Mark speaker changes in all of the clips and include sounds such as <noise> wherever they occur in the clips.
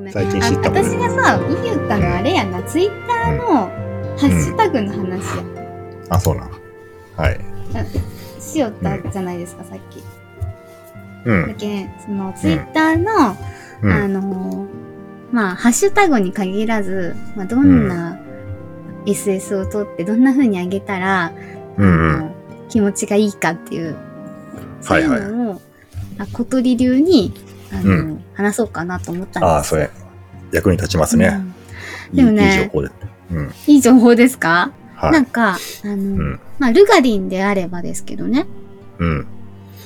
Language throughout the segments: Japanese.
Speaker 1: ね。
Speaker 2: 最近
Speaker 1: あ
Speaker 2: 知ったもん
Speaker 1: 私がさ、いゆうたのあれやな、ツイッターのハッシュタグの話や。
Speaker 2: あ、そうなん。はい。
Speaker 1: しよったじゃないですか、さっき。
Speaker 2: う
Speaker 1: だ
Speaker 2: ん。
Speaker 1: けんそのツイッターの、
Speaker 2: う
Speaker 1: あ
Speaker 2: ん。
Speaker 1: のーまあ、ハッシュタグに限らず、まあ、どんな SS を取って、どんな風に上げたら、
Speaker 2: うんう
Speaker 1: あ
Speaker 2: ん。
Speaker 1: の気持ちがいいかっていう、そう
Speaker 2: はいいはいう
Speaker 1: のを、あ小鳥流に、あのー
Speaker 2: う
Speaker 1: 話そうかなと思ったんです
Speaker 2: ああ、それ、役に立ちますね。
Speaker 1: うん
Speaker 2: いい
Speaker 1: でもね
Speaker 2: いい情報で。うん。
Speaker 1: うんいい情報ですか、
Speaker 2: は
Speaker 1: なん
Speaker 2: い。
Speaker 1: か、あのー
Speaker 2: うん。
Speaker 1: まあ、ルガディンであればですけどね、
Speaker 2: うん。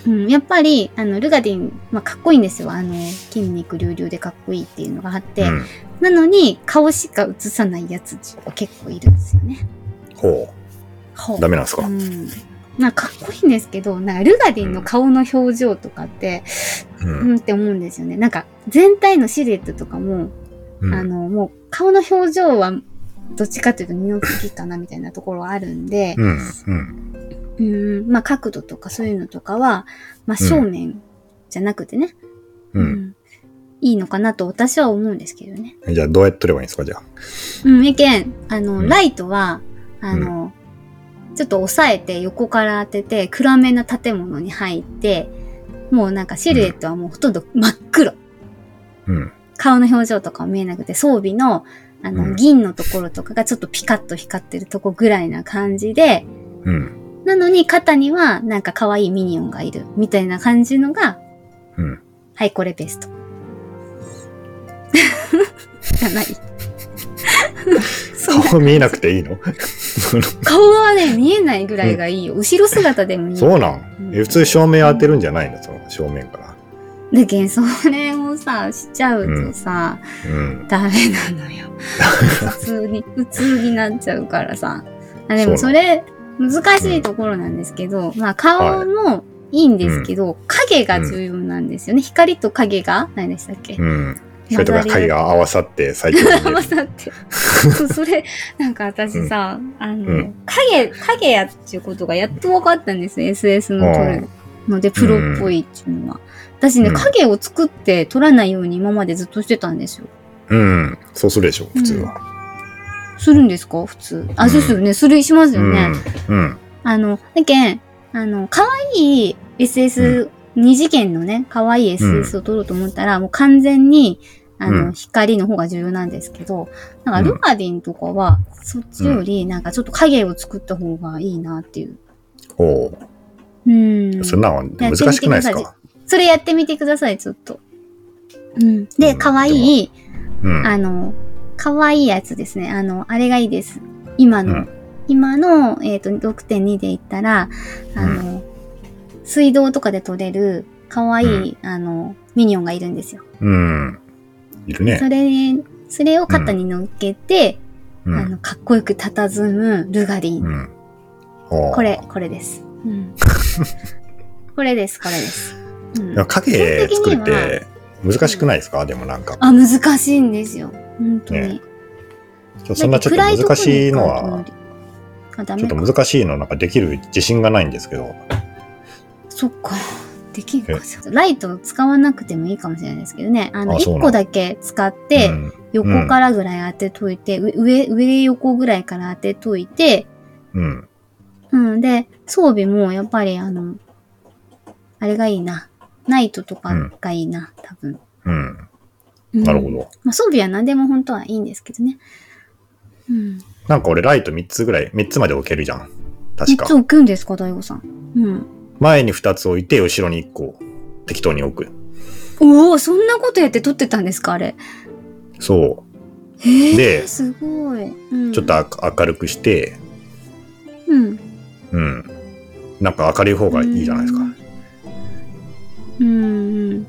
Speaker 1: うん、やっぱり、あの、ルガディン、まあ、かっこいいんですよ。あの、筋肉隆々でかっこいいっていうのがあって。
Speaker 2: うん
Speaker 1: なのに、顔しか映さないやつ結構いるんですよね。
Speaker 2: ほ
Speaker 1: ほ
Speaker 2: う。ダメなんですか
Speaker 1: うん。なんかかっこいいんですけど、なんかルガディンの顔の表情とかって、
Speaker 2: う。
Speaker 1: うんんって思うんですよね。なんか、全体のシルエットとかも、
Speaker 2: うん
Speaker 1: あの、もう、顔の表情は、どっちかというと二の次かなみたいなところはあるんで、
Speaker 2: うん。うん。
Speaker 1: うん、まあ、角度とかそういうのとかは、まあ、正面じゃなくてね、
Speaker 2: う。
Speaker 1: うんんいいのかなと私は思うんですけどね。
Speaker 2: じゃあ、どうやって撮ればいいんですかじゃあ。
Speaker 1: うん、意見、あの、
Speaker 2: うん
Speaker 1: ライトは、あの、ちょっと押さえて横から当てて、暗めな建物に入って、もうなんかシルエットはもうほとんど真っ黒。
Speaker 2: うん。
Speaker 1: 顔の表情とかも見えなくて、装備の、あ
Speaker 2: う
Speaker 1: の、
Speaker 2: ん
Speaker 1: 銀のところとかがちょっとピカッと光ってるとこぐらいな感じで、 <laughs>
Speaker 2: うん。
Speaker 1: なのに肩にはなんか可愛いミニオンがいる、みたいな感じのが、
Speaker 2: うん。
Speaker 1: はい、これベスト。 <laughs> じゃない。そんな
Speaker 2: 顔見えなくていいの
Speaker 1: 顔はね、見えないぐらいがいいよ。後ろ姿でもいい。
Speaker 2: そうなんえ普通照明当てるんじゃないのその正面から。
Speaker 1: だけど、それをさ、しちゃうとさ、
Speaker 2: うん。
Speaker 1: ダメなの
Speaker 2: <laughs>
Speaker 1: よ。普通に、普通になっちゃうからさ。あでも
Speaker 2: そ
Speaker 1: そうれ、難しいところなんですけど、まあ顔もいいんですけど、影が重要なんですよね。光と影が、何でしたっけ
Speaker 2: うん。それとか貝が合わさって最強に見え
Speaker 1: <laughs> 合
Speaker 2: る
Speaker 1: わ。さって。そうそれ、なんか私さ、あの、
Speaker 2: うん
Speaker 1: 影、影やっていうことがやっと分かったんですよ、SS の撮るので、プロっぽいっていうのは。私ね、
Speaker 2: うん
Speaker 1: 影を作って撮らないように今までずっとしてたんですよ。
Speaker 2: うん。そうするでしょ、普通は。
Speaker 1: するんですか普通。あ、
Speaker 2: うん
Speaker 1: そうですよね。する、します
Speaker 2: う
Speaker 1: よ
Speaker 2: ん
Speaker 1: ね。。
Speaker 2: うん。
Speaker 1: あの、だけん、あの、可愛い SS、二次元のね、可愛い SS を撮ろうと思ったら、もう完全に、あの、
Speaker 2: うん
Speaker 1: 光の方が重要なんですけど、なんか
Speaker 2: うん
Speaker 1: ルガディンとかは、そっちより、なんかちょっと影を作った方がいいなっていう。
Speaker 2: ほ
Speaker 1: うん。
Speaker 2: う。そんなんは難しくないですか
Speaker 1: それやってみてください、ちょっと。うん。で、
Speaker 2: うん
Speaker 1: 可愛い、
Speaker 2: うん。
Speaker 1: あの、可愛いやつですね。あの、あれがいいです。今の、
Speaker 2: うん
Speaker 1: 今の、えっ、と、6.2で言ったら、あの、水道とかで取れる、可愛い、あの、ミニオンがいるんですよ。
Speaker 2: うん。いる
Speaker 1: そ
Speaker 2: ね。
Speaker 1: れ、それを肩に乗っけて、
Speaker 2: う
Speaker 1: あ
Speaker 2: ん。
Speaker 1: の、かっこよく佇むルガディン。
Speaker 2: うん。ほう
Speaker 1: これ、。これです。
Speaker 2: <laughs>
Speaker 1: うん。これです、これです。うん
Speaker 2: でも影作るって難しくないですかでもなんか。
Speaker 1: あ、難しいんですよ。本当に。
Speaker 2: ねそんなちょっと難しいのは、
Speaker 1: あ、ダ
Speaker 2: ち
Speaker 1: メ
Speaker 2: ょっと
Speaker 1: か。
Speaker 2: 難しいのなんかできる自信がないんですけど。
Speaker 1: そっか。できるかしら。ライトを使わなくてもいいかもしれないですけどね。あの、
Speaker 2: あそ
Speaker 1: 1
Speaker 2: うなの
Speaker 1: 個だけ使っ
Speaker 2: う
Speaker 1: て、
Speaker 2: ん
Speaker 1: 横からぐらい当てといて、う上、上横ぐらいから当てといて、
Speaker 2: うん。
Speaker 1: うん。で、装備もやっぱりあの、あれがいいな。ナイトとかがいいな、多分。
Speaker 2: うん。
Speaker 1: うん
Speaker 2: なるほ。ど。
Speaker 1: まあ装備は何でも本当はいいんですけどね。うん。
Speaker 2: なんか俺ライト3つぐらい、3つまで置けるじゃん。確
Speaker 1: 3
Speaker 2: か
Speaker 1: つ。置くんですか、大悟さん。うん。
Speaker 2: 前に2つ置いて、後ろに1個適当に置く。
Speaker 1: おお、そんなことやって撮ってたんですか、あれ。
Speaker 2: そ
Speaker 1: へえ。
Speaker 2: です
Speaker 1: ごい。うん
Speaker 2: う。ちょっと、あか明るくして、
Speaker 1: うん。
Speaker 2: うん。なんか明るい方がいいじゃないですか。
Speaker 1: うんうん。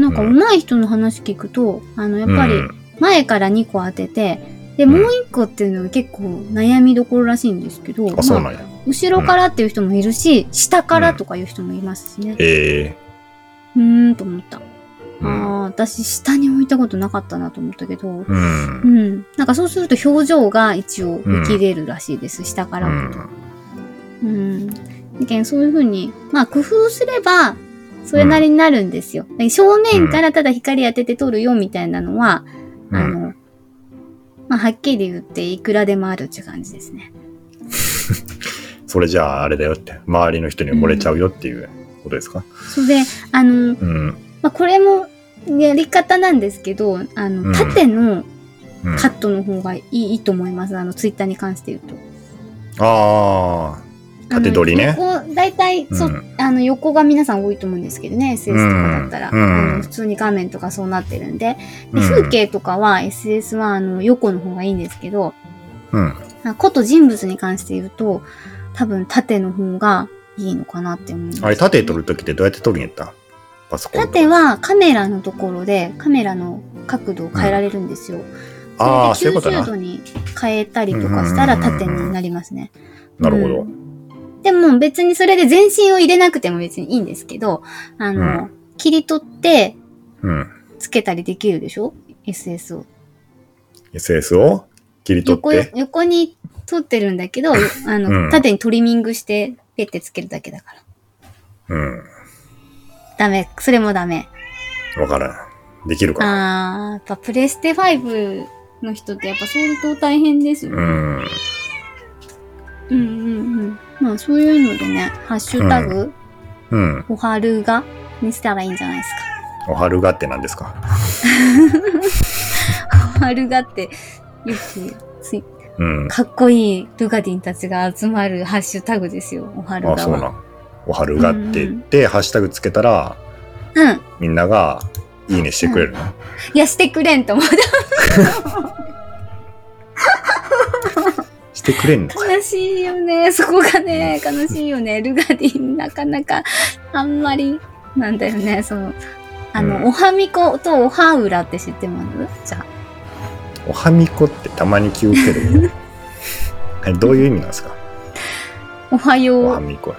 Speaker 1: なんか
Speaker 2: うん
Speaker 1: 上手い人の話聞くと、あの、やっぱ
Speaker 2: う
Speaker 1: り
Speaker 2: ん
Speaker 1: 前から2個当てて、で、
Speaker 2: うん
Speaker 1: もう1個っていうのは結構悩みどころらしいんですけど、
Speaker 2: あ、そう
Speaker 1: まあ
Speaker 2: なんや。
Speaker 1: 後ろからっていう人もいるし、下からとかいう人もいますしね。
Speaker 2: ええ
Speaker 1: うーんと思った。
Speaker 2: う
Speaker 1: あ
Speaker 2: ん。
Speaker 1: あ、私下に置いたことなかったなと思ったけど、
Speaker 2: う。
Speaker 1: うんん。なんかそうすると表情が一応見切れるらしいです、下か
Speaker 2: う
Speaker 1: ら置くと。う
Speaker 2: ん。
Speaker 1: ん。だけどそういうふうに、まあ工夫すれば、それなりになるんですよ。正面からただ光当てて撮るよみたいなのは、
Speaker 2: う
Speaker 1: あ
Speaker 2: ん。
Speaker 1: の、まあ、はっきり言っていくらでもあるっていう感じですね。
Speaker 2: それじゃああれだよって、周りの人に漏れちゃうよっていうことですか。
Speaker 1: それで、あの、
Speaker 2: うん。
Speaker 1: まあ、これもやり方なんですけど、あ
Speaker 2: う
Speaker 1: の、
Speaker 2: ん
Speaker 1: 縦の
Speaker 2: うん、
Speaker 1: カットの方がいい,、いいと思います。あの、ツイッターに関して言うと。
Speaker 2: ああ、縦取り
Speaker 1: あ。
Speaker 2: ね
Speaker 1: の横、大体、そう、
Speaker 2: うん
Speaker 1: あの、横が皆さん多いと思うんですけどね、SS とかだったら。
Speaker 2: うんうん
Speaker 1: あの普通に画面とかそうなってるんで。で
Speaker 2: うん
Speaker 1: 風景とかは SS はあの横の方がいいんですけど、
Speaker 2: うん。
Speaker 1: あこと人物に関して言うと、多分縦の方がいいのかなって思います、
Speaker 2: あれ、縦取るときってどうやって取るんやったパソコン。
Speaker 1: 縦、はカメラのところでカメラの角度を変えられるんですよ。
Speaker 2: ああ、
Speaker 1: そ
Speaker 2: そう
Speaker 1: れ
Speaker 2: いう
Speaker 1: で
Speaker 2: こと
Speaker 1: 90
Speaker 2: な
Speaker 1: 度。に変えたりとかしたら縦になりますね。
Speaker 2: なるほど。
Speaker 1: うんでも別にそれで全身を入れなくても別にいいんですけど、あの、
Speaker 2: う
Speaker 1: 切り取って
Speaker 2: うん。
Speaker 1: つけたりできるでしょ ?SS を。
Speaker 2: SS を切り取
Speaker 1: 横よ
Speaker 2: って。
Speaker 1: 横に取ってるんだけど、あの、
Speaker 2: うん
Speaker 1: 縦にトリミングしてペッてつけるだけだから。
Speaker 2: うん。
Speaker 1: ダメ。それもダメ。
Speaker 2: わからん。できるかな。
Speaker 1: あー、やっぱプレステ5の人ってやっぱ相当大変ですよ
Speaker 2: う
Speaker 1: ね。
Speaker 2: ん。
Speaker 1: うんうんうん。まあそういうのでね、ハッシュタグ、
Speaker 2: うん。
Speaker 1: おはるがにしたらいいんじゃないですか。
Speaker 2: おはるがって何ですか。
Speaker 1: おはるがって、よくつい、
Speaker 2: うん。
Speaker 1: かっこいいルガディンたちが集まるハッシュタグですよ、おはるが
Speaker 2: あ、そう
Speaker 1: は。
Speaker 2: なん。おはるがって言って、ハッシュタグつけたら、
Speaker 1: うん。
Speaker 2: みんなが、いいねしてくれるの。
Speaker 1: いや、してくれんと思って、
Speaker 2: してくれんのか。
Speaker 1: 悲しいよね。 <laughs> そこがね、悲しいよ
Speaker 2: <laughs>
Speaker 1: ね。ルガディン、なかなか、あんまり、なんだよね、その、あの、
Speaker 2: うん
Speaker 1: おはみことおはうらって知ってますじゃあ。
Speaker 2: おはみこってたまに聞くけど。えどういう意味なんですか
Speaker 1: おはよ
Speaker 2: お
Speaker 1: う
Speaker 2: は。みこ。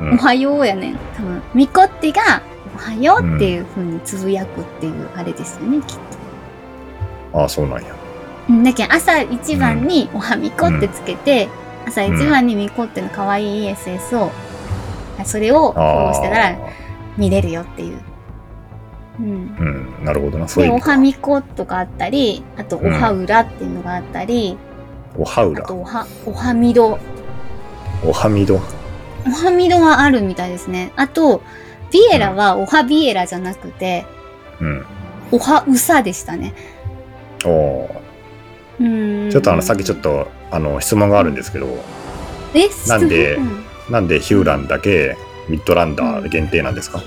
Speaker 2: う
Speaker 1: お
Speaker 2: ん。
Speaker 1: はようやね多分みこってがおはようっていう風につぶやくっていうあれですよね、きっ
Speaker 2: ああ、そうなん
Speaker 1: と
Speaker 2: や。
Speaker 1: うんだけど朝一番におはみこってつけて、朝一番にみこっての可愛い SS を、あそれをフォロ
Speaker 2: あ
Speaker 1: ー
Speaker 2: あ。
Speaker 1: してたら見れるよっていううん
Speaker 2: うん。なるほどな。そうい
Speaker 1: で
Speaker 2: う意
Speaker 1: お
Speaker 2: 味か
Speaker 1: はみことかあったりあとお
Speaker 2: うん
Speaker 1: はうらっていうのがあったり、
Speaker 2: おはう
Speaker 1: あ
Speaker 2: ら
Speaker 1: と。おはおはみど
Speaker 2: おはみど。
Speaker 1: おはみどはあるみたいですねあとビエラはおはビエラじゃなくて、
Speaker 2: うん。
Speaker 1: おはうさでしたね
Speaker 2: おお。
Speaker 1: ち
Speaker 2: ちょっとあの、さっきちょっ
Speaker 1: と。
Speaker 2: と、あの、質問があるんですけど、
Speaker 1: え
Speaker 2: なんで
Speaker 1: 質問
Speaker 2: なんでヒューランだけミッドランダー限定なんですか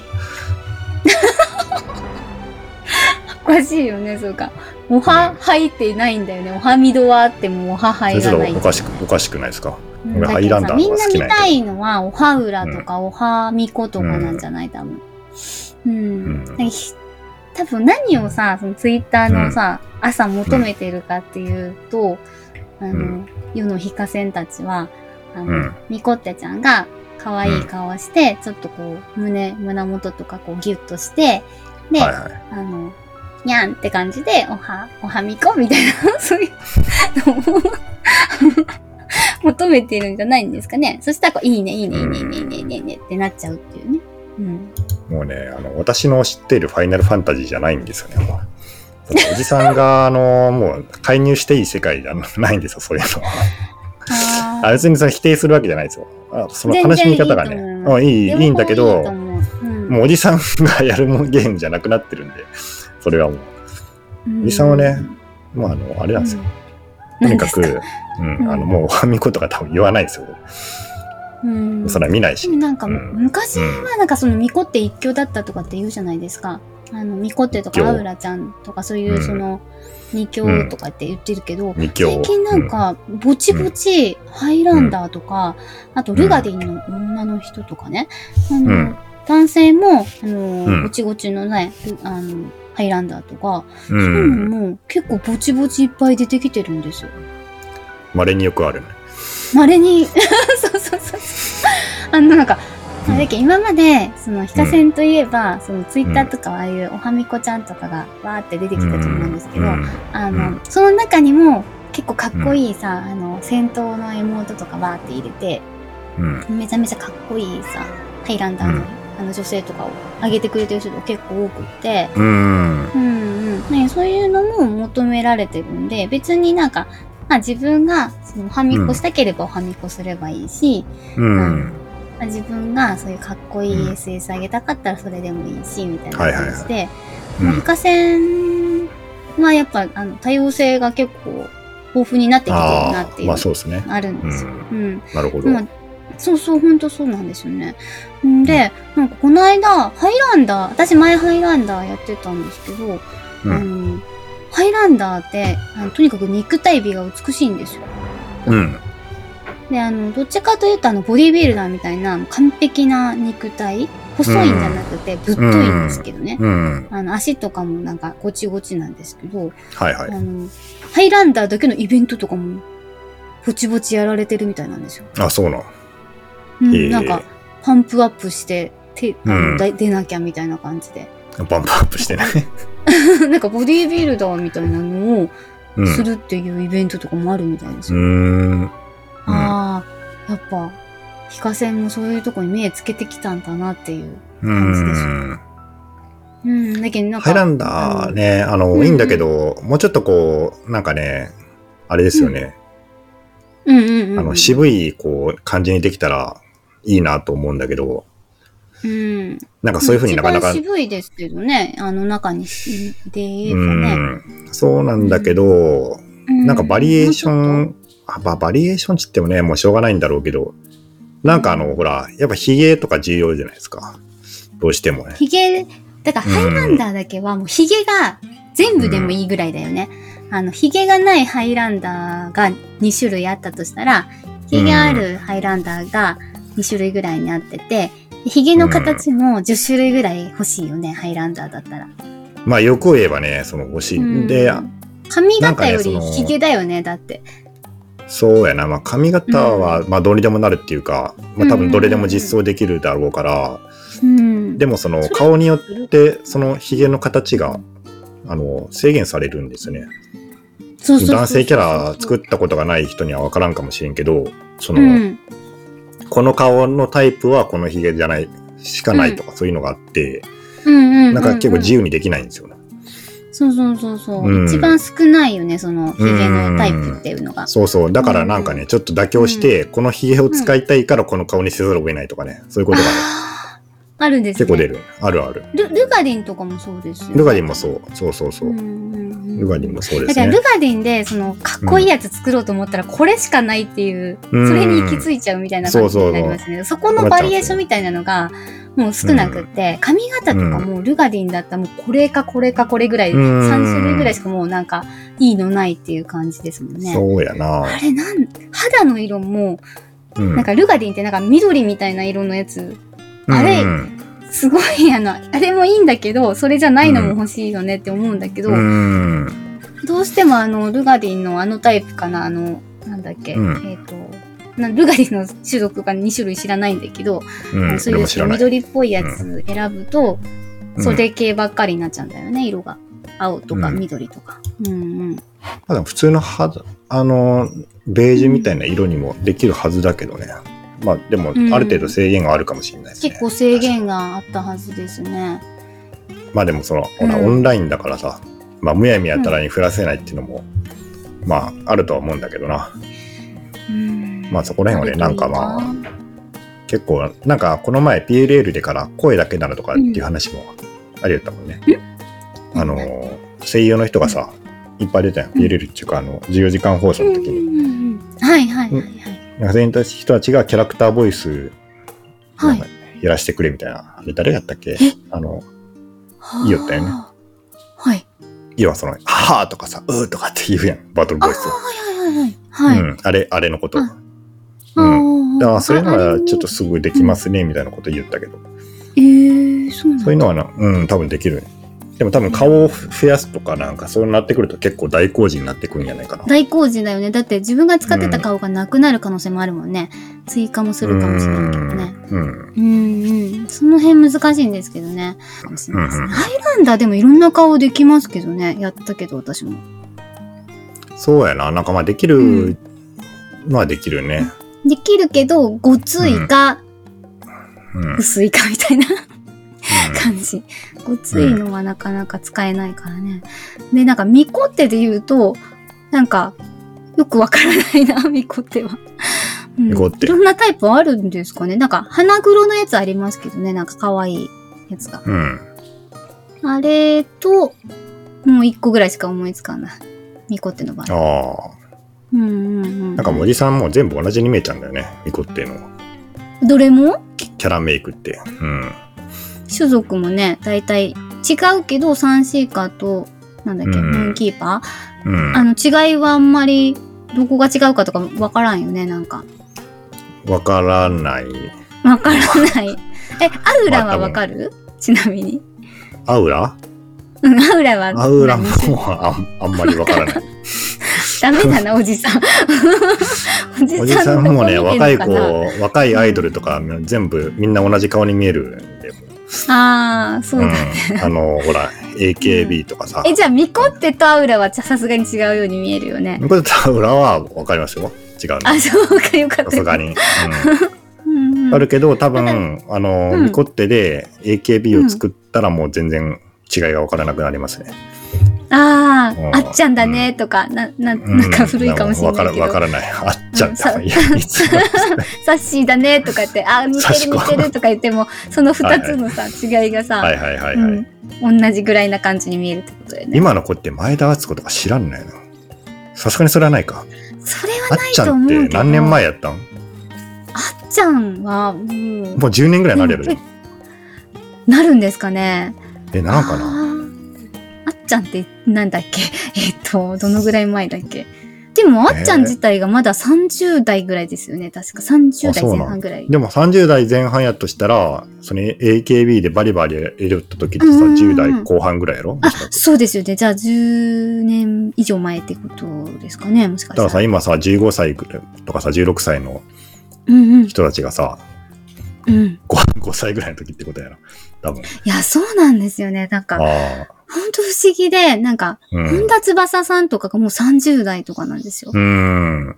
Speaker 1: おかしいよね、そうか。おは入ってないんだよね。おはみどはあってもおは
Speaker 2: そ
Speaker 1: 入
Speaker 2: れち
Speaker 1: ら
Speaker 2: ょ
Speaker 1: な
Speaker 2: っ
Speaker 1: い
Speaker 2: とお。かしく、おかしくないですか
Speaker 1: うんだけど
Speaker 2: 俺
Speaker 1: さ
Speaker 2: ハイランダー
Speaker 1: み
Speaker 2: の
Speaker 1: ん
Speaker 2: 方
Speaker 1: な
Speaker 2: が好き
Speaker 1: 見
Speaker 2: なんやけど
Speaker 1: たいのは、おはうらとか、おはみことかなんじゃない多分。うん。
Speaker 2: うん
Speaker 1: なんかひ多分何をさ、そのツイッターのさ、朝求めてるかっていうと、あ
Speaker 2: う
Speaker 1: の、世のヒカセンたちは、あ
Speaker 2: う
Speaker 1: の
Speaker 2: ん、。
Speaker 1: みこってちゃんが可愛い顔をして、ちょっとこう、胸、胸元とかこうギュッとして、で、
Speaker 2: はいはい。
Speaker 1: あの、にゃんって感じで、おは、おはみこみたいな、 <laughs> そういうのを求めてるんじゃないんですかね。そしたらこう、いいね、いいね、いいね、いいね、いいね、いいねいいねってなっちゃうっていうね。うん。
Speaker 2: もうね、あの、私の知っているファイナルファンタジーじゃないんですよね、もう。おじさんが、あの、 <laughs> もう、介入していい世界じゃないんですよ、そういうのは。
Speaker 1: あ
Speaker 2: あ別にそれ否定するわけじゃないですよ。あその楽しみ方がね、
Speaker 1: 全然いいと思います
Speaker 2: うんいいいいんだけど、
Speaker 1: 両方いいと思ううん
Speaker 2: もうおじさんがやるもんゲームじゃなくなってるんで、 <laughs> それはもう、
Speaker 1: うん
Speaker 2: おじさんはねまあ、あの、あれなんですよ。とにかく、
Speaker 1: 何です
Speaker 2: うん、
Speaker 1: うん
Speaker 2: あの、もう、おはみことか多分言わないですよ。
Speaker 1: うん
Speaker 2: それは見ない
Speaker 1: で
Speaker 2: し
Speaker 1: も。なんか、
Speaker 2: うん
Speaker 1: 昔はなんかその巫女って一強だったとかって言うじゃないですか。あの巫女ってとか
Speaker 2: 一強
Speaker 1: アウラちゃんとかそういううんその二強とかって言ってるけど、
Speaker 2: 二強。
Speaker 1: 最近なんかぼちぼちハイランダーとか、あとルガディンの女の人とかね、あ
Speaker 2: う
Speaker 1: の
Speaker 2: ん、うん。
Speaker 1: 男性もあの、
Speaker 2: うん
Speaker 1: ごちごちのねルあのハイランダーとか、
Speaker 2: う
Speaker 1: そういうの
Speaker 2: ん。
Speaker 1: も結構ぼちぼちいっぱい出てきてるんですよ。
Speaker 2: 稀によくあるね。
Speaker 1: 稀に <laughs> そうそうそうあのなんか
Speaker 2: うん
Speaker 1: だけど今までそのヒカセンといえば、そのツイッターとかああいうおはみこちゃんとかがわーって出てきたと思うんですけど、
Speaker 2: うん
Speaker 1: あ
Speaker 2: う
Speaker 1: の、
Speaker 2: ん
Speaker 1: その中にも結構かっこいいさ、あの戦闘の妹とかわーって入れて
Speaker 2: うん。
Speaker 1: めちゃめちゃかっこいいさハイランダーのあの女性とかを上げてくれてる人が結構多くって、
Speaker 2: うん。
Speaker 1: うんうんね、そういうのも求められてるんで別になんか、まあ、自分がそのおはみっこしたければおはみっこすればいいし、
Speaker 2: うん。
Speaker 1: まあ自分がそういうかっこいい
Speaker 2: うん
Speaker 1: SS 上げたかったらそれでもいいし、みたいな
Speaker 2: はいはいはい
Speaker 1: 感じで、
Speaker 2: う
Speaker 1: まあ
Speaker 2: ん
Speaker 1: 不。可戦はやっぱあの多様性が結構豊富になってきてるな
Speaker 2: あ
Speaker 1: っていう
Speaker 2: あ、ま
Speaker 1: の
Speaker 2: あそうですね。
Speaker 1: があるんですよ。
Speaker 2: う
Speaker 1: うん
Speaker 2: なるほど。
Speaker 1: まあそうそう、ほんとそうなんですよね。んで、なんかこの間、ハイランダー、私前ハイランダーやってたんですけど、
Speaker 2: うん
Speaker 1: あのハイランダーってあのとにかく肉体美が美しいんですよ。
Speaker 2: うん。
Speaker 1: で、あの、どっちかというと、あの、ボディービルダーみたいな完璧な肉体、細いんじゃなくて、ぶっといんですけどね。
Speaker 2: うん。
Speaker 1: あの、足とかもなんか、ごちごちなんですけど、
Speaker 2: はいは
Speaker 1: あ
Speaker 2: い。
Speaker 1: の、ハイランダーだけのイベントとかも、ぼちぼちやられてるみたいなんですよ。
Speaker 2: あ、そうなの。
Speaker 1: うん、
Speaker 2: へえ
Speaker 1: なんか、パンプアップして、手、あの
Speaker 2: うん
Speaker 1: だ出なきゃみたいな感じで。 <laughs>
Speaker 2: バンプアップしてね。
Speaker 1: なんか、ボディービルダーみたいなのを
Speaker 2: うん。
Speaker 1: す
Speaker 2: う
Speaker 1: るっていうイベントとかもあるみたいです
Speaker 2: ー
Speaker 1: よ。
Speaker 2: ん。うん
Speaker 1: ああ、やっぱ、ヒカセンもそういうとこに目つけてきたんだなっていう。感じでしょ
Speaker 2: うん。
Speaker 1: うん、だけどなんか。
Speaker 2: ハイランダー
Speaker 1: ね。
Speaker 2: ね、あ
Speaker 1: う
Speaker 2: の、
Speaker 1: ん
Speaker 2: いいんだけど、もうちょっとこう、なんかね、あれですよね。
Speaker 1: うんうんうん。
Speaker 2: あの、渋い、こう、感じにできたらいいなと思うんだけど、
Speaker 1: うん。
Speaker 2: なんかそういうふうになかなか、
Speaker 1: 一番渋いですけどね、あの中にしで言え
Speaker 2: う
Speaker 1: ばね。
Speaker 2: ん。そうなんだけど、なんかバリエーショ
Speaker 1: もうちょっ
Speaker 2: ン、あばバリエーションっつってもね、もうしょうがないんだろうけど、なんかあの、ほら、やっぱヒゲとか重要じゃないですか。どうしてもね
Speaker 1: と。。ヒゲ、だからハイランダーだけはもうヒゲが全部でもいいぐらいだよね。あの、ヒゲがないハイランダーが2種類あったとしたら、ヒゲあるハイランダーが2種類ぐらいになってて、ヒゲの形も10種類ぐらい欲しいよね、ハイランダーだったら。
Speaker 2: まあ、よく言えばね、その欲しい。で、
Speaker 1: うん髪
Speaker 2: なんか
Speaker 1: 型
Speaker 2: ね
Speaker 1: より
Speaker 2: その
Speaker 1: ヒゲだよね、だって。
Speaker 2: そうやな、まあ、髪型は、まあ、どうにでもなるっていうか、まあ、多分どれでも実装できるだろうから、
Speaker 1: うん。
Speaker 2: でもその
Speaker 1: それ
Speaker 2: 顔によって、そのヒゲの形が、あの、制限されるんですね。
Speaker 1: そうそうそうそう
Speaker 2: 男性キャラ作ったことがない人には分からんかもしれんけど、その、
Speaker 1: うん。
Speaker 2: この顔のタイプはこのヒゲじゃない、しかないとか、そういうのがあっ
Speaker 1: うんうん
Speaker 2: て、
Speaker 1: うんうん
Speaker 2: なんか結構自由にできないんですよね。
Speaker 1: そうそうそうそう、
Speaker 2: うん
Speaker 1: 一番少ないよねそのヒゲのタイプっていうのが、
Speaker 2: そうそう。だからなんかね、ちょっと妥協して、このヒゲを使いたいからこの顔にせざるを得ないとかね、そういうことがね、
Speaker 1: あーあるんですね
Speaker 2: 結構出る。あるある。
Speaker 1: ルルガディンとかもそうですよ、ね、
Speaker 2: ルガリンもそう。そうそうそうう。
Speaker 1: んうんうん
Speaker 2: ルガリンもそうで
Speaker 1: だ
Speaker 2: す
Speaker 1: から
Speaker 2: ね
Speaker 1: ル。ガディンでそのかっこいいやつ作ろうと思ったらこれしかないっていう、
Speaker 2: うん
Speaker 1: それに行き着いちゃうみたいな感じになりますね、そこのバリエーションみたいなのがもう少なくって、髪型とかもルガディンだったらもうこれかこれかこれぐらい、
Speaker 2: うん
Speaker 1: 3種類ぐらいしかもうなんかいいのないっていう感じですもんね
Speaker 2: そうやな。
Speaker 1: あれなん肌の色も
Speaker 2: うん
Speaker 1: なんかルガディンってなんか緑みたいな色のやつあれ
Speaker 2: うん
Speaker 1: すごいあのあれもいいんだけどそれじゃないのも欲しいよねって思うんだけど、
Speaker 2: うん。
Speaker 1: どうしてもあのルガディンのあのタイプかなあのなんだっけ、
Speaker 2: うん
Speaker 1: えっ、となルガディンの種族が2種類知らないんだけど、
Speaker 2: うん。
Speaker 1: そう
Speaker 2: 俺
Speaker 1: い
Speaker 2: も知ら
Speaker 1: う
Speaker 2: ない。
Speaker 1: 緑っぽいやつ選ぶと、
Speaker 2: うん
Speaker 1: それ系ばっかりになっちゃうんだよね色が青とか
Speaker 2: うん
Speaker 1: 緑とか、うん、うん
Speaker 2: まあでも普通の肌、あの、ベージュみたいな色にもできるはずだけどね。まあでも、
Speaker 1: うん
Speaker 2: ある程度制限があるかもしれないですね。
Speaker 1: 結構制限があったはずですね
Speaker 2: まあでもその、ほら、
Speaker 1: うん
Speaker 2: オンラインだからさ、まあむやみやたらに降らせないっていうのも、まああるとは思うんだけどな。
Speaker 1: うん
Speaker 2: まあそこら辺はね、なんかま
Speaker 1: あ
Speaker 2: あ、結構、なんかこの前 PLL でから声だけならとかっていう話もありやったもんね。あの、声優の人がさ、いっぱい出たやん。
Speaker 1: うん
Speaker 2: PLL っていうか、あの、14時間放送の時に。
Speaker 1: はいはいはいはい。
Speaker 2: なんか全員たち人たちがキャラクターボイス、
Speaker 1: は
Speaker 2: なん
Speaker 1: い。
Speaker 2: かやらしてくれみたいな。あれ誰やったっけあの、いいよったよね
Speaker 1: はい。
Speaker 2: 要はその、はーとかさ、うーとかって言うやん。バトル
Speaker 1: あ
Speaker 2: ボ
Speaker 1: あ、
Speaker 2: イスを。
Speaker 1: はいはいはいはい。
Speaker 2: う
Speaker 1: はい。
Speaker 2: ん、あれ、あれのこと。
Speaker 1: あ
Speaker 2: うん。
Speaker 1: ん
Speaker 2: だからそういうのはちょっと
Speaker 1: え
Speaker 2: すぐできますね、みたいなこと言ったけど。
Speaker 1: えー、そうなんだ
Speaker 2: そういうのはな、うん、多分できる。でも多分顔を増やすとかなんかそうなってくると結構大工事になってくるんじゃないかな。
Speaker 1: 大工事だよね。だって自分が使ってた顔がなくなる可能性もあるもんね。追加もするかもしれないけどね。
Speaker 2: うん。うん
Speaker 1: うんうん。その辺難しいんですけどね。かもしれないですね
Speaker 2: うんうん
Speaker 1: ハイランダーでもいろんな顔できますけどね。やったけど私も。
Speaker 2: そうやな。なんかまあでき
Speaker 1: う
Speaker 2: るのはできるね。
Speaker 1: できるけど、ごついか、
Speaker 2: うん。
Speaker 1: 薄いかみたいな
Speaker 2: う
Speaker 1: 感じ。ごついのはなかなか使えないからね。で、なんか、みこってで言うと、なんか、よくわからないな、 <laughs> みこっては。うん
Speaker 2: みこって
Speaker 1: いろんなタイプあるんですかね。なんか、花黒のやつありますけどね、なんか可愛いやつが。
Speaker 2: んうん。
Speaker 1: あれと、もう一個ぐらいしか思いつかない。みこっての場合。
Speaker 2: あ
Speaker 1: うんうんうん。
Speaker 2: あ。なんか森さんも全部同じに見えちゃうんだよね。ミコっていうのは。
Speaker 1: どれも
Speaker 2: キキャラメイクって。うん。
Speaker 1: 種族もね、大体違うけど、サンシーカーと、なんだっけ、
Speaker 2: うん
Speaker 1: ムーンキーパ
Speaker 2: うん
Speaker 1: ーあ。の、違いはあんまり、どこが違うかとかわからんよね、なんか。
Speaker 2: わからない。
Speaker 1: わから
Speaker 2: <laughs>
Speaker 1: ない。え、アウラはわかるちなみに。
Speaker 2: アウラ
Speaker 1: うん、アウラは。
Speaker 2: アウラも
Speaker 1: 何
Speaker 2: あんあんまりわからない。
Speaker 1: ダメだな、おじさ
Speaker 2: <laughs>
Speaker 1: ん。おじ
Speaker 2: おじさ
Speaker 1: さん
Speaker 2: ん
Speaker 1: のと
Speaker 2: も
Speaker 1: こ <laughs>
Speaker 2: ね、
Speaker 1: 見てる
Speaker 2: 若い
Speaker 1: のか
Speaker 2: 子、
Speaker 1: な。
Speaker 2: 若いアイドルとか、全部みんな同じ顔に見えるんで。
Speaker 1: ああ、そうだ。
Speaker 2: うん、あの、ほら、AKB とかさ。
Speaker 1: え、じゃあ、ミコってとアウラはさすがに違うように見えるよね。
Speaker 2: これと裏はわかりますよ。違うの。
Speaker 1: あ、そうか、よかった。
Speaker 2: さすがに。
Speaker 1: うん
Speaker 2: う、
Speaker 1: うんん。
Speaker 2: あるけど、多分、あの、
Speaker 1: うん
Speaker 2: ミコッテで AKB を作ったらもう全然違いがわからなくなりますね。
Speaker 1: あ
Speaker 2: うん
Speaker 1: あ、あっちゃんだねとか、な、な、なんか古いかもしれないけ
Speaker 2: わ
Speaker 1: ど、
Speaker 2: からわからない。あっちゃん
Speaker 1: う
Speaker 2: だ。
Speaker 1: ん
Speaker 2: いやいつ
Speaker 1: <laughs>
Speaker 2: も
Speaker 1: サッシーだねとか言って、あー似
Speaker 2: サシ
Speaker 1: てる
Speaker 2: コ
Speaker 1: 似てるとか言っても、その二つのさ、違いがさ、
Speaker 2: はいはいはいはい。
Speaker 1: うん、同じぐらいな感じに見えるってことだよね。
Speaker 2: 今の子って前田敦子とか知らんないのさすがにそれはないか。
Speaker 1: それは
Speaker 2: あっちゃんって何年前やったん
Speaker 1: あっちゃんは、もう
Speaker 2: もう10年ぐらいになるやろ、
Speaker 1: <laughs>
Speaker 2: ね。
Speaker 1: なるんですかね。
Speaker 2: え、なのかな
Speaker 1: あーあっちゃんってなんだっけ <laughs> えっと、どのぐらい前だっけでも、あっちゃん自体がまだ30代ぐらいですよね。確か30代前半ぐらい。
Speaker 2: でも30代前半やとしたら、その AKB でバリバリやりよった時ってさ、
Speaker 1: うんうんうん
Speaker 2: 10代後半ぐらいやろ
Speaker 1: あ
Speaker 2: もしかして
Speaker 1: そうですよね。じゃあ、10年以上前ってことですかね、もしか
Speaker 2: だか
Speaker 1: し
Speaker 2: ら
Speaker 1: た
Speaker 2: さ、
Speaker 1: ら。
Speaker 2: 今さ、15歳とかさ、16歳の
Speaker 1: うんうん。
Speaker 2: 人たちがさ、
Speaker 1: うん。い
Speaker 2: 5, 5歳ぐらいの時ってことやな。多分。
Speaker 1: や、そうなんですよね。なんか、
Speaker 2: あ
Speaker 1: ほ
Speaker 2: あ。
Speaker 1: んと不思議で、なんか、
Speaker 2: う
Speaker 1: 本
Speaker 2: ん。
Speaker 1: 田翼さんとかがもう30代とかなんですよ。
Speaker 2: うん。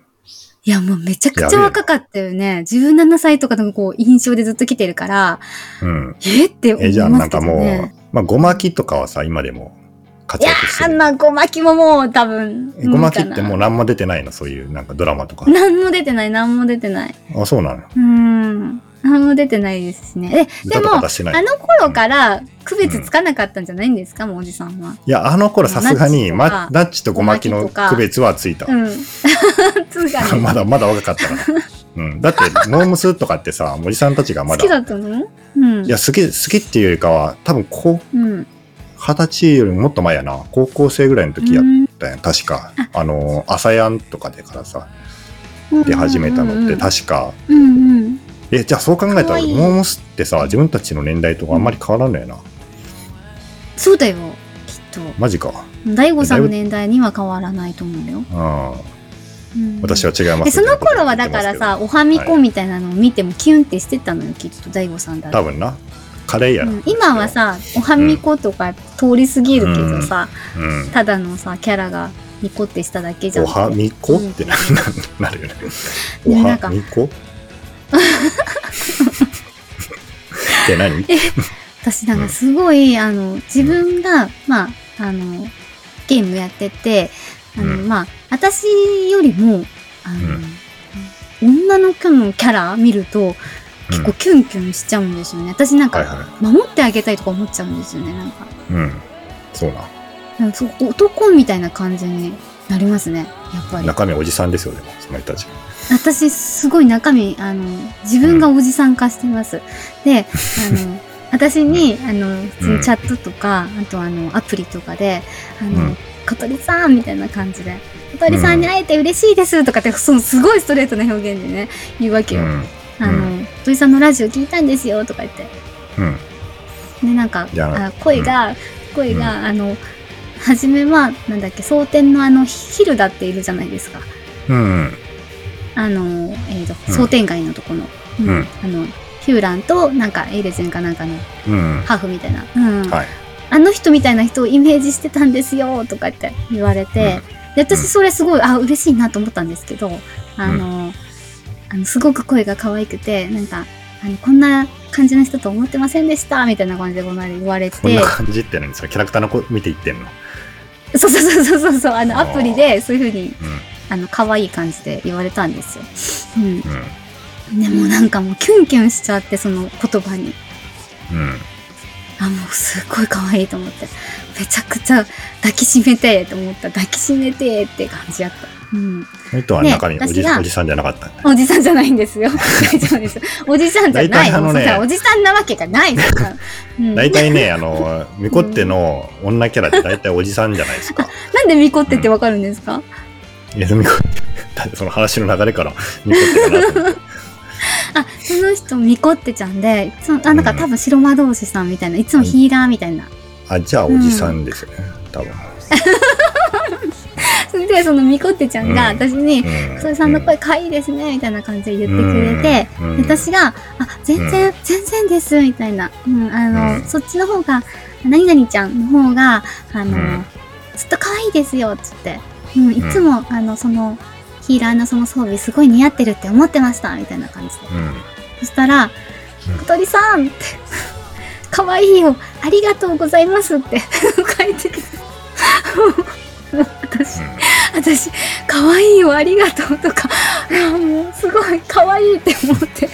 Speaker 1: いや、もうめちゃくちゃ若かったよね。17歳とかのこう、印象でずっと来てるから、
Speaker 2: うん。
Speaker 1: えって思
Speaker 2: え、
Speaker 1: い
Speaker 2: じゃあ
Speaker 1: ま
Speaker 2: な
Speaker 1: す
Speaker 2: ん
Speaker 1: け
Speaker 2: か
Speaker 1: ど
Speaker 2: もう、
Speaker 1: ね。
Speaker 2: まあ、ごまきとかはさ、今でも活
Speaker 1: いや
Speaker 2: 躍して
Speaker 1: ー、
Speaker 2: る。
Speaker 1: まあ、ごまきももう多分。
Speaker 2: えごまきっても
Speaker 1: う
Speaker 2: う何も出てないのそういうなんかドラマとか
Speaker 1: 無理か。な。何も出てない、何も出てない。
Speaker 2: あ、そうなの
Speaker 1: うーん。何も出てないですしね。え、で
Speaker 2: 歌とか
Speaker 1: も
Speaker 2: 出、してな
Speaker 1: あ
Speaker 2: い。
Speaker 1: の頃から区別つかなかったんじゃないんですか、もうおじさんは。
Speaker 2: いや、あの頃さすがに、
Speaker 1: ナッチとか
Speaker 2: まナッチとごまき
Speaker 1: ごま
Speaker 2: の
Speaker 1: きとか
Speaker 2: 区別はつい
Speaker 1: う
Speaker 2: た。
Speaker 1: ん。 <laughs> つか
Speaker 2: <laughs> ま
Speaker 1: ね。
Speaker 2: だまだ若かったから。うん、だって、モームスとかって
Speaker 1: <laughs>
Speaker 2: さ、おじさんたちが
Speaker 1: 好
Speaker 2: まだ、
Speaker 1: きだったのうん。
Speaker 2: いや、好き、好きっていうよりかは、多分、こう、
Speaker 1: うん。
Speaker 2: 二十歳よりもっと前やな、高校生ぐらいの時やっ
Speaker 1: うん
Speaker 2: たやん、確か。あの、アサヤンとかでからさ、出始めたのって、確か。
Speaker 1: うんうん。
Speaker 2: え、じゃあそう考え
Speaker 1: か
Speaker 2: た
Speaker 1: わ
Speaker 2: ら、
Speaker 1: いい
Speaker 2: モームスってさ、自分たちの年代とあんまり変わらんのやな。
Speaker 1: そうだよ、きっと。
Speaker 2: マジか。
Speaker 1: 大悟さんの年代には変わらないと思うよ。
Speaker 2: うん。
Speaker 1: うん
Speaker 2: 私は違います
Speaker 1: え
Speaker 2: ね。
Speaker 1: その頃はだからさ、おはみこみたいなのを見てもキュンってしてたのよ、きっと大悟さんだ
Speaker 2: 多
Speaker 1: と。
Speaker 2: 分な。カレーやな。
Speaker 1: うん今は、さ、おはみことか通り過ぎるけどさ、
Speaker 2: うん。
Speaker 1: ただのさ、キャラがニコってしただけじゃ
Speaker 2: お
Speaker 1: ん。
Speaker 2: はみこってな、なるよね。お
Speaker 1: ねなん
Speaker 2: は
Speaker 1: か
Speaker 2: み
Speaker 1: <laughs>
Speaker 2: こって何
Speaker 1: 私なんかすごい、あの自分が、まああのゲームやっててあの、
Speaker 2: うん
Speaker 1: まあ私よりもあの、女の子のキャラ見ると結構キュンキュンしちゃうんですよね、私なん
Speaker 2: はい
Speaker 1: か
Speaker 2: は
Speaker 1: 守ってあげたいとか思っちゃうんですよねなんか
Speaker 2: い。うん。そうな。
Speaker 1: なんかそう男みたいな感じになりますねやっぱり
Speaker 2: 中身おじさんですよ、でも、その人たち。
Speaker 1: 私すごい中身あの自分がおじさん化してます、であの
Speaker 2: <laughs>
Speaker 1: 私にあの普通にチャットとか、あとあのアプリとかで「あの
Speaker 2: うん
Speaker 1: 小鳥さん」みたいな感じで「小鳥さんに会えて嬉しいです」とかってそのすごいストレートな表現でね言うわけ
Speaker 2: う
Speaker 1: よ、
Speaker 2: ん。
Speaker 1: あの「小鳥さんのラジオ聞いたんですよ」とか言って
Speaker 2: うん。
Speaker 1: でなんか
Speaker 2: いや
Speaker 1: あ声が、声が、あの初めはなんだっけ蒼天のあのヒルダっているじゃないですか
Speaker 2: うん。
Speaker 1: あの、えーと
Speaker 2: うん
Speaker 1: 商店街のとこの、うん
Speaker 2: うん
Speaker 1: あのヒューランとなんかエイレゼンかなんかの
Speaker 2: うん。
Speaker 1: ハーフみたいな、うん
Speaker 2: はい。
Speaker 1: あの人みたいな人をイメージしてたんですよとかって言われて、で
Speaker 2: うん
Speaker 1: 私それすごいあ嬉しいなと思ったんですけどあの、あのすごく声が可愛くてなんかあのこんな感じの人と思ってませんでしたみたいな感じでこの間言われ
Speaker 2: こん
Speaker 1: て
Speaker 2: な感じって何それキャラクターの子見ていってんの
Speaker 1: そうそうそうそうそうそうあの
Speaker 2: あ
Speaker 1: ア
Speaker 2: ー
Speaker 1: プリでそういうふうに
Speaker 2: う
Speaker 1: あの可愛い感じで言われたんですよ、うん
Speaker 2: うん
Speaker 1: でもなんかもうキュンキュンしちゃってその言葉に
Speaker 2: うん
Speaker 1: あもうすっごい可愛いと思ってめちゃくちゃ抱きしめてと思った抱きしめてって感じやった、うん、
Speaker 2: その人は中に
Speaker 1: ね
Speaker 2: おじ,、
Speaker 1: 私が
Speaker 2: おじさんじゃなかったんだ
Speaker 1: おじさんじゃないんです
Speaker 2: <laughs>
Speaker 1: よ大丈夫ですおじさんじゃな
Speaker 2: 大
Speaker 1: い
Speaker 2: 体あ
Speaker 1: も
Speaker 2: のね
Speaker 1: うそんなおじさんなわけがないですから、うん、な
Speaker 2: 大
Speaker 1: ん
Speaker 2: 体ね
Speaker 1: <laughs>
Speaker 2: あのミコっての女キャラって大体おじさんじゃないですか
Speaker 1: でミコってってわかるんですか、
Speaker 2: いやミコってだってその話の流れからミコってかなと思って
Speaker 1: あその人ミコってちゃんでいつもあなんか多分白魔道士さんみたいないつもヒーラーみたいな
Speaker 2: あじゃあおじさんですよね、多分
Speaker 1: それでそのミコってちゃんが
Speaker 2: うん
Speaker 1: 私に「
Speaker 2: う
Speaker 1: それさんの声可愛いですね」みたいな感じで言ってくれて、
Speaker 2: うん
Speaker 1: で私が「あ全然、全然です」みたいな、うんあの
Speaker 2: うん
Speaker 1: そっちの方が何々ちゃんの方があの、
Speaker 2: うん
Speaker 1: ずっと可愛いですよっつって、うん、いつも、あのそのヒーラーのその装備すごい似合ってるって思ってましたみたいな感じで
Speaker 2: うん
Speaker 1: そしたら
Speaker 2: うん
Speaker 1: 「小鳥さん」って <laughs> 「可愛いよありがとうございます」って書いてきて私私可愛いよありがとうとかいやもうすごい可愛いって思って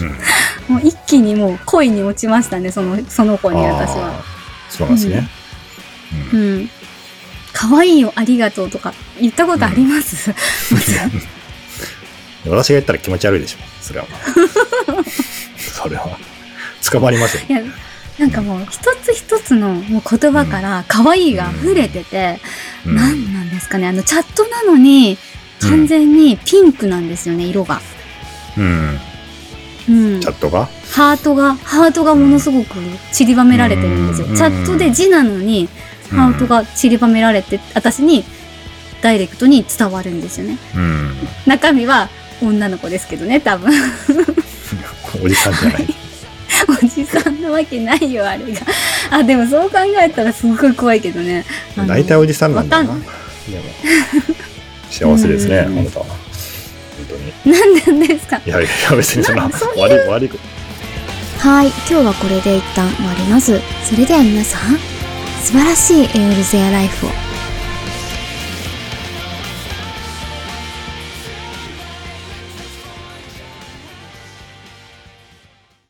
Speaker 2: うん
Speaker 1: もう一気にもう恋に落ちましたねそのその子
Speaker 2: うん
Speaker 1: に私は
Speaker 2: あーそうなんですね、う
Speaker 1: うんん可愛いよありがとうとか言ったことあります、
Speaker 2: 私が言ったら気持ち悪いでしょそ
Speaker 1: <laughs>
Speaker 2: れはそれは捕まりますよ
Speaker 1: <laughs> いやなんかもう一つ一つのもう言葉から可愛いが溢れてて、
Speaker 2: うん
Speaker 1: 何なんですかねあのチャットなのに完全にピンクなんですよね色が、
Speaker 2: うん
Speaker 1: うん
Speaker 2: チ、ャットが
Speaker 1: ハートがハートがものすごく散りばめられてるんですよ、
Speaker 2: うん
Speaker 1: チャットで字なのにハートが散りばめられて私にダイレクトに伝わるんですよね
Speaker 2: うん
Speaker 1: 中身は女の子ですけどね多分 <laughs>
Speaker 2: おじさんじゃない
Speaker 1: おじさんなわけないよあれがあでもそう考えたらすごい怖いけどねあの
Speaker 2: 大体おじさんなんだよな
Speaker 1: わ
Speaker 2: でも幸せですねあ
Speaker 1: うん
Speaker 2: なたは本当にい
Speaker 1: 何なんですか
Speaker 2: やいやいや別にそんな
Speaker 1: なそういう
Speaker 2: 悪い悪いこと
Speaker 1: はい今日はこれで一旦終わりますそれでは皆さん素晴らしいエオルゼアライフを